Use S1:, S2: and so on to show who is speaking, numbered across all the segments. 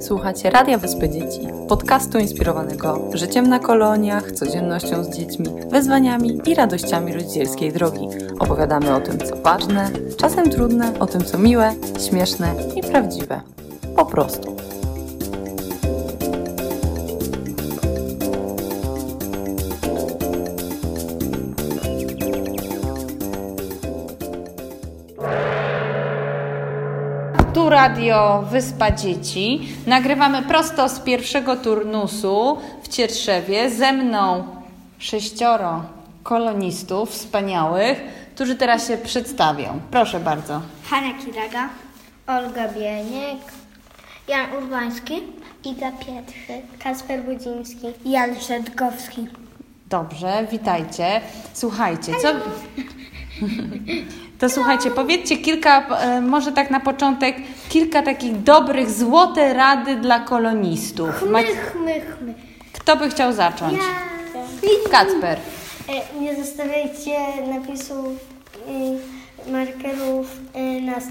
S1: Słuchacie Radia Wyspy Dzieci, podcastu inspirowanego życiem na koloniach, codziennością z dziećmi, wyzwaniami i radościami rodzicielskiej drogi. Opowiadamy o tym, co ważne, czasem trudne, o tym, co miłe, śmieszne i prawdziwe. Po prostu.
S2: Tu radio Wyspa Dzieci. Nagrywamy prosto z pierwszego turnusu w Cierszewie. Ze mną sześcioro kolonistów wspaniałych, którzy teraz się przedstawią. Proszę bardzo.
S3: Hania Kiraga,
S4: Olga Bieniek, Jan Urbański, Iga Pietrzyk, Kasper Budziński, Jan Szedkowski.
S2: Dobrze, witajcie. Słuchajcie, co... To słuchajcie, powiedzcie kilka, e, może tak na początek, kilka takich dobrych, złote rady dla kolonistów. Ma...
S4: Chmy, chmy, chmy.
S2: Kto by chciał zacząć? Kacper.
S4: E, Nie zostawiajcie napisów i markerów e, na, s-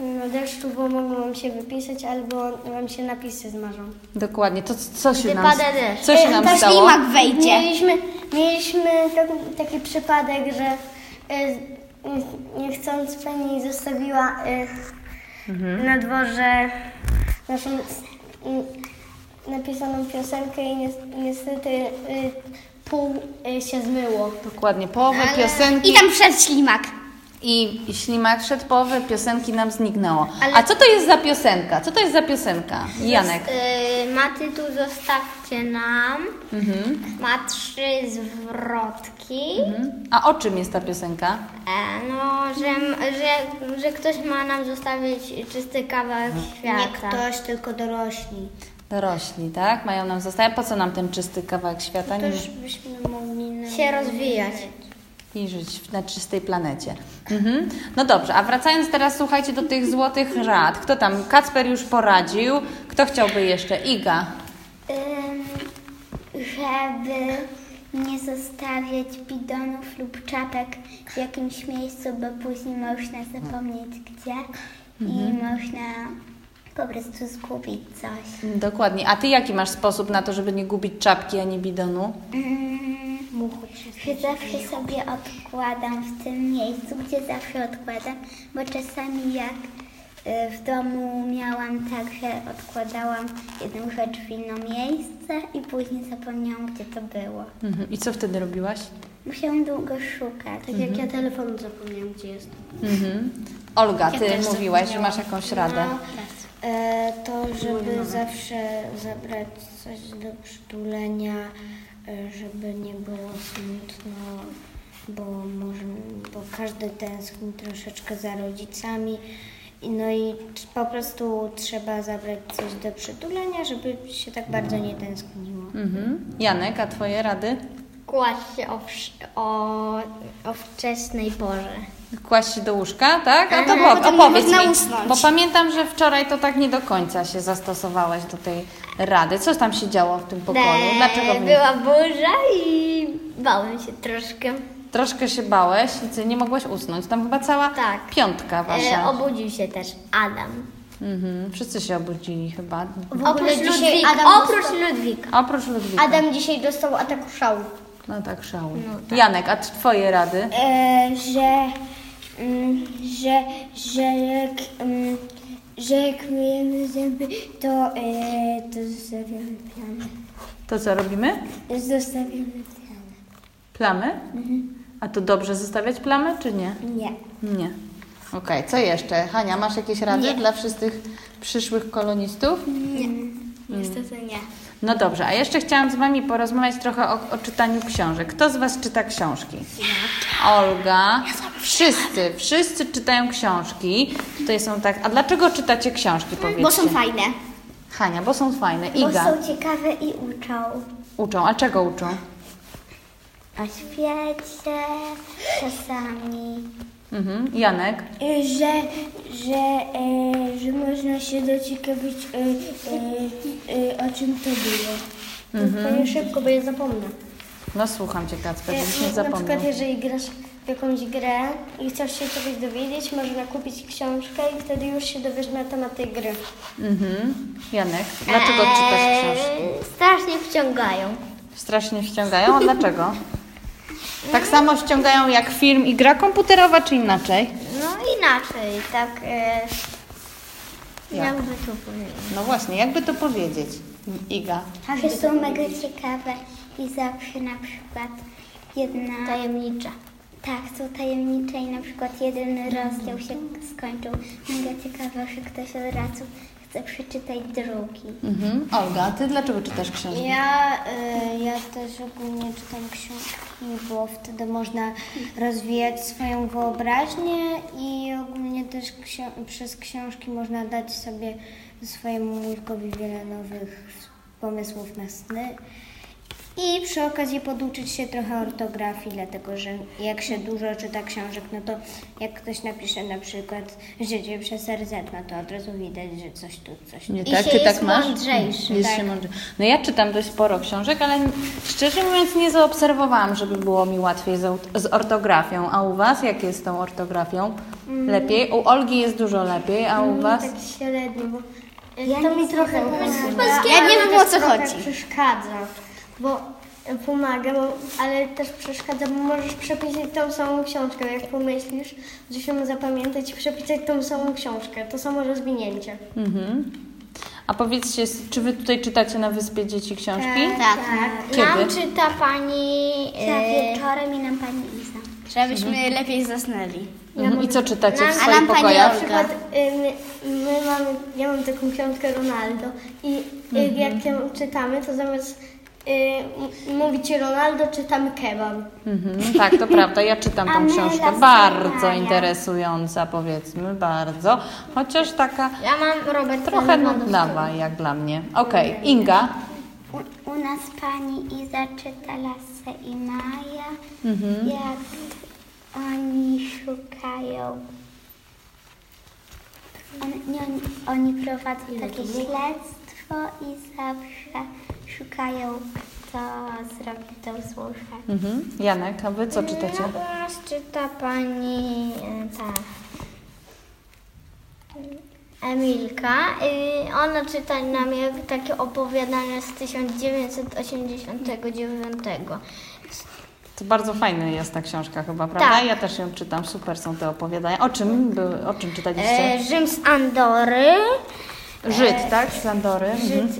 S4: na deszczu, bo mogą wam się wypisać albo wam się napisy zmarzą.
S2: Dokładnie, to c- co się
S4: Gdy
S2: nam,
S4: pada deszcz. E,
S2: co się nam stało?
S3: wejdzie.
S4: Mieliśmy, mieliśmy tak- taki przypadek, że e, z- nie- niechcąc pani zostawiła e, na dworze naszą s- m, napisaną piosenkę i nies- niestety e, pół e, się zmyło.
S2: Dokładnie, połowę piosenki
S3: I tam przed ślimak.
S2: i, i ślimak szedł, połowę piosenki nam zniknęło.
S4: Ale-
S2: A co to jest za piosenka? Co to jest za piosenka? Janek.
S4: ma tytuł Y, Zostawcie nam. Ma trzy zwrotki.
S2: A o czym jest ta piosenka?
S4: E, No, że, że, że ktoś ma nam zostawić czysty kawałek świata. Nie ktoś, tylko dorośli.
S2: Dorośli, tak? Mają nam zostaje. Po co nam ten czysty kawałek świata? Nie
S4: byśmy mogli się rozwijać.
S2: i żyć na czystej planecie. Mhm. No dobrze, a wracając teraz, słuchajcie, do tych złotych rad. Kto tam? Kacper już poradził. Kto chciałby jeszcze? Iga.
S4: żeby nie zostawiać bidonów lub czapek w jakimś miejscu, bo później można zapomnieć gdzie i można po prostu zgubić coś.
S2: Dokładnie. A ty jaki masz sposób na to, żeby nie gubić czapki ani bidonu?
S4: Że zawsze sobie odkładam w tym miejscu, gdzie zawsze odkładam, bo czasami jak y, w domu miałam tak, że odkładałam jedną rzecz w inne miejsce i później zapomniałam, gdzie to było.
S2: Mhm. I co wtedy robiłaś?
S4: Musiałam długo szukać.
S5: Tak jak ja telefonu zapomniałam, gdzie jest.
S2: Mhm. Olga, ty mówiłaś, że masz jakąś radę.
S5: E, to, żeby zawsze zabrać coś do przytulenia, e, żeby nie było smutno, bo, może, bo każdy tęskni troszeczkę za rodzicami. I No i t- po prostu trzeba zabrać coś do przytulenia, żeby się tak bardzo nie tęskniło.
S2: Mhm. Janek, a twoje rady?
S4: Kłaść się o, wsz- o, o wczesnej porze.
S2: Kłaść się do łóżka, tak? A to
S4: Aha,
S2: po,
S5: potem nie
S2: opowiedz
S5: można
S2: mi,
S5: usnąć.
S2: bo pamiętam, że wczoraj to tak nie do końca się zastosowałaś do tej rady. Co tam się działo w tym pokoju? Dlaczego w nim?
S4: Eee, E, Była burza i bałem się troszkę.
S2: Troszkę się bałeś i ty nie mogłaś usnąć. Tam chyba cała
S4: Tak.
S2: piątka wasza.
S4: E, obudził się też Adam.
S2: mhm. Wszyscy się obudzili chyba.
S4: Oprócz
S5: dzisiaj
S4: Ludwika.
S5: Adam
S4: Oprócz Ludwika.
S2: A Oprócz Ludwika.
S5: Adam dzisiaj dostał ataku szału.
S2: No tak, szału. Janek, a twoje rady?
S5: e, że, mm, że, że jak, mm, że jak myjemy zęby, to, e, to zostawiamy pianę.
S2: To co robimy?
S5: Zostawiamy pianę.
S2: Plamy? A to dobrze zostawiać plamy, czy nie?
S5: Nie.
S2: Nie. Okej, co jeszcze? Hania, masz jakieś rady dla wszystkich przyszłych kolonistów?
S4: Niestety nie.
S2: No dobrze, a jeszcze chciałam z Wami porozmawiać trochę o, o czytaniu książek. Kto z Was czyta książki? Olga. Wszyscy, wszyscy czytają książki. Tutaj są tak. A dlaczego czytacie książki? Powiedzcie.
S3: Bo są fajne.
S2: Hania, bo są fajne.
S4: Bo
S2: Iga.
S4: są ciekawe i uczą.
S2: Uczą. A czego uczą?
S4: O świecie czasami.
S2: Mhm. Janek.
S5: E, że, że, e, że można się dociekawić, e, e, e, o czym to było.
S4: Mhm. szybko, bo je zapomnę.
S2: No słucham cię, Kacper, żebyś nie
S5: Y, Na
S2: zapomniał.
S5: przykład jeżeli grasz w jakąś grę i chcesz się czegoś dowiedzieć, można kupić książkę i wtedy już się dowiesz na temat tej gry.
S2: Mhm. Janek, dlaczego czytasz książki?
S4: Eee, Strasznie wciągają.
S2: Strasznie ściągają, a dlaczego? Tak samo ściągają jak film i gra komputerowa, czy inaczej?
S4: No inaczej, tak. E,
S2: Jak?
S4: jakby to powiedzieć.
S2: No właśnie, jakby to powiedzieć, Iga?
S4: Takie są mega ciekawe i zawsze na przykład jedna... Tajemnicza. Tak, są tajemnicze i na przykład jeden rozdział się skończył. Mega ciekawe, że ktoś od razu chce przeczytać drugi.
S2: Mhm. Olga, a ty dlaczego czytasz książki?
S4: Ja, y, ja też ogólnie czytam książki, bo wtedy można rozwijać swoją wyobraźnię i ogólnie też ksi- przez książki można dać sobie swojemu mózgowi wiele nowych pomysłów na sny. I przy okazji poduczyć się trochę ortografii, dlatego że jak się dużo czyta książek, no to jak ktoś napisze na przykład życie przez RZ, no to od razu widać, że coś tu, coś tu.
S2: Nie
S4: I
S2: tak,
S4: się
S2: ty tak
S4: jest
S2: masz?
S4: mądrzejszy.
S2: Jest
S4: tak.
S2: się mądrze- No ja czytam dość sporo książek, ale szczerze mówiąc nie zaobserwowałam, żeby było mi łatwiej z, aut- z ortografią. A u Was jak jest z tą ortografią? Lepiej? U Olgi jest dużo lepiej, a u Was?
S5: Tak średnio, bo ja to mi trochę pomaga.
S3: polskiego Ja nie wiem, o co
S5: trochę
S3: chodzi.
S5: tak przeszkadza, bo e, pomaga, bo, ale też przeszkadza, bo możesz przepisać tą samą książkę, jak pomyślisz, że się zapamiętać i przepisać tą samą książkę, to samo rozwinięcie.
S2: Mhm. A powiedzcie, s- czy Wy tutaj czytacie na Wyspie Dzieci książki?
S3: Tak.
S2: Kiedy?
S4: czyta pani.
S3: Ja wieczorem i nam pani Iza. Żebyśmy lepiej zasnęli.
S2: Mhm. I co czytacie w
S3: A nam
S2: swoich
S3: pani
S2: pokojach?
S3: Olga.
S5: przykład y, my, my mamy, ja mam taką książkę Ronaldo i y, jak ją czytamy, to zamiast y, m- mówić Ronaldo, czytamy kebab.
S2: Mhm, tak, to prawda. Ja czytam tą książkę. Bardzo interesująca, powiedzmy, bardzo. Chociaż taka
S4: Ja mam Robert
S2: trochę nudnawa, jak dla mnie. Okej, Inga.
S3: U, u nas pani Iza czyta Lasę i Maja, jak oni szukają. On, nie, oni, oni prowadzą takie śledztwo i zawsze szukają, kto zrobił tą służbę.
S2: Mhm. Janek, a wy co czytacie?
S4: nas czyta pani. e, Tak. Emilka. Y, Ona czyta nam jak takie opowiadania z 1989.
S2: To bardzo fajna jest ta książka chyba, prawda?
S4: Tak.
S2: Ja też ją czytam, super są te opowiadania. O czym, były- o czym
S4: E,
S2: czytaliście?
S4: Rzym z Andory.
S2: Żyd, tak? Z Andory. Mhm.
S4: E, Żyd,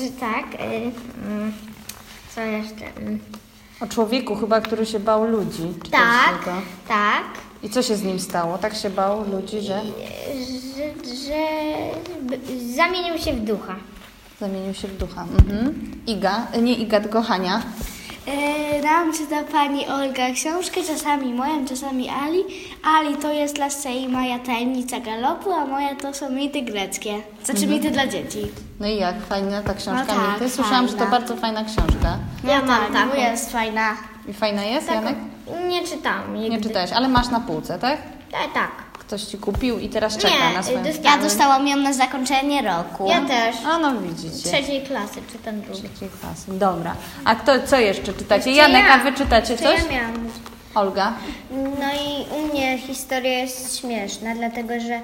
S4: Żyd, tak. y, mm, Co jeszcze? Mm,
S2: O człowieku chyba, który się bał ludzi. Czytaliście
S4: Tak,
S2: to?
S4: tak.
S2: I co się z nim stało? Tak się bał ludzi, że
S4: Żyd, że by- zamienił się w ducha.
S2: zamienił się w ducha. Mhm. Iga, nie Iga, tylko Hania.
S3: E, Nam czyta pani Olga książkę, czasami moją, czasami Ali. Ali to jest Lasce i Maja tajemnica galopu, a moja to są mity greckie.
S4: Mhm.
S3: Znaczy mity dla dzieci.
S2: No i jak? Fajna ta książka?
S3: No tak,
S2: Mity? Słyszałam, że to
S3: fajna.
S2: bardzo fajna książka.
S3: Ja mam taką. Tak, Moja jest fajna.
S2: I fajna jest, Janek?
S4: Tak, Nie czytałam nigdy.
S2: Nie czytałeś, ale masz na półce, tak?
S4: E, tak.
S2: Ktoś ci kupił i teraz czeka
S4: Nie, y,
S2: na swoją...
S3: Ja
S4: dostałam.
S3: dostałam ją na zakończenie roku.
S4: Ja też.
S2: A no widzicie.
S4: Trzeciej klasy czytam drugi.
S2: Trzeciej klasy. Dobra. A kto, co jeszcze czytacie? Janek, a wy czytacie coś?
S4: miałam.
S2: Olga?
S4: No i u mnie historia jest śmieszna, dlatego że em,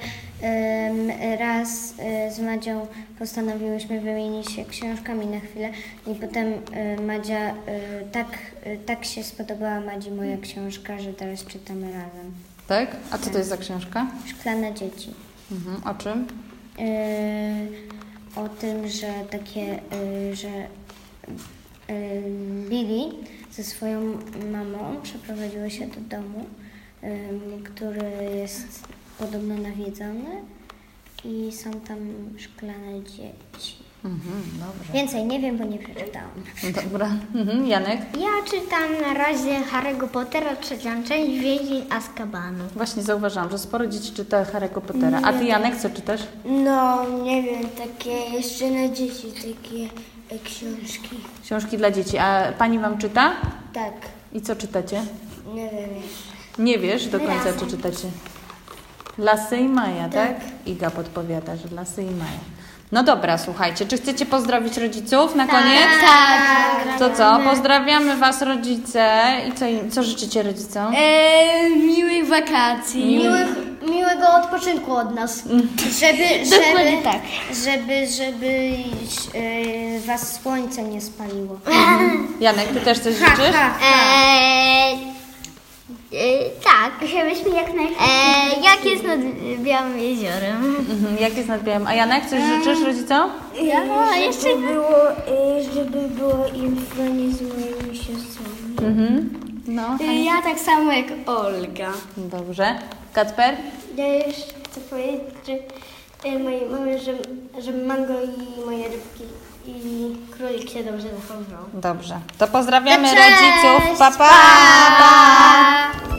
S4: raz y, z Madzią postanowiłyśmy wymienić się książkami na chwilę i potem y, Madzia, y, tak, y, tak się spodobała Madzi moja książka, że teraz czytamy razem.
S2: Tak? A co to jest za książka?
S4: Szklane dzieci.
S2: Mhm. O czym?
S4: Y, o tym, że takie, y, że y, Billy ze swoją mamą przeprowadziła się do domu, ym, który jest podobno nawiedzony i są tam szklane dzieci.
S2: Mhm, dobrze.
S4: Więcej nie wiem, bo nie przeczytałam.
S2: Dobra. Mhm. Janek?
S4: Ja czytam na razie Harry'ego Pottera, trzecią część Więzień Azkabanu.
S2: Właśnie zauważyłam, że sporo dzieci czyta Harry'ego Pottera. A ty, Janek, co czytasz?
S4: No, nie wiem, takie jeszcze na dzieci takie e, książki.
S2: Książki dla dzieci. A pani wam czyta?
S4: Tak,
S2: I co czytacie?
S4: nie wiem jeszcze.
S2: Nie wiesz do końca, czy tak? czytacie. Lasy i Maja, tak? Iga podpowiada, że Lasy i Maja. No dobra, słuchajcie, czy chcecie pozdrowić rodziców na koniec?
S3: Tak.
S2: To co? Pozdrawiamy Was rodzice i co, im- co życzycie rodzicom?
S3: E, miłych wakacji.
S4: Miłych, miłego odpoczynku od nas. Żeby,
S3: Mm. Dokładnie
S4: żeby,
S3: tak.
S4: żeby, żeby e, was słońce nie spaliło.
S2: Janek, Ty też coś życzysz?
S5: Eee, e, tak. Żebyśmy jak najszybciej. Eee, jak jest nad Białym Jeziorem?
S2: Mhm, jak jest nad białym? A Janek,
S3: E.
S2: coś życzysz rodzicom?
S5: Ja, no, jeszcze
S4: było, żeby było im fajnie z moimi siostrami.
S2: Mhm. No,
S3: E, Ja tak samo jak Olga.
S2: dobrze. Kacper?
S4: Ja jeszcze chcę powiedzieć że, e, mojej mamie, że, że mango i moje rybki i królik się dobrze zachowują.
S2: Dobrze. To pozdrawiamy rodziców. Pa, pa! pa.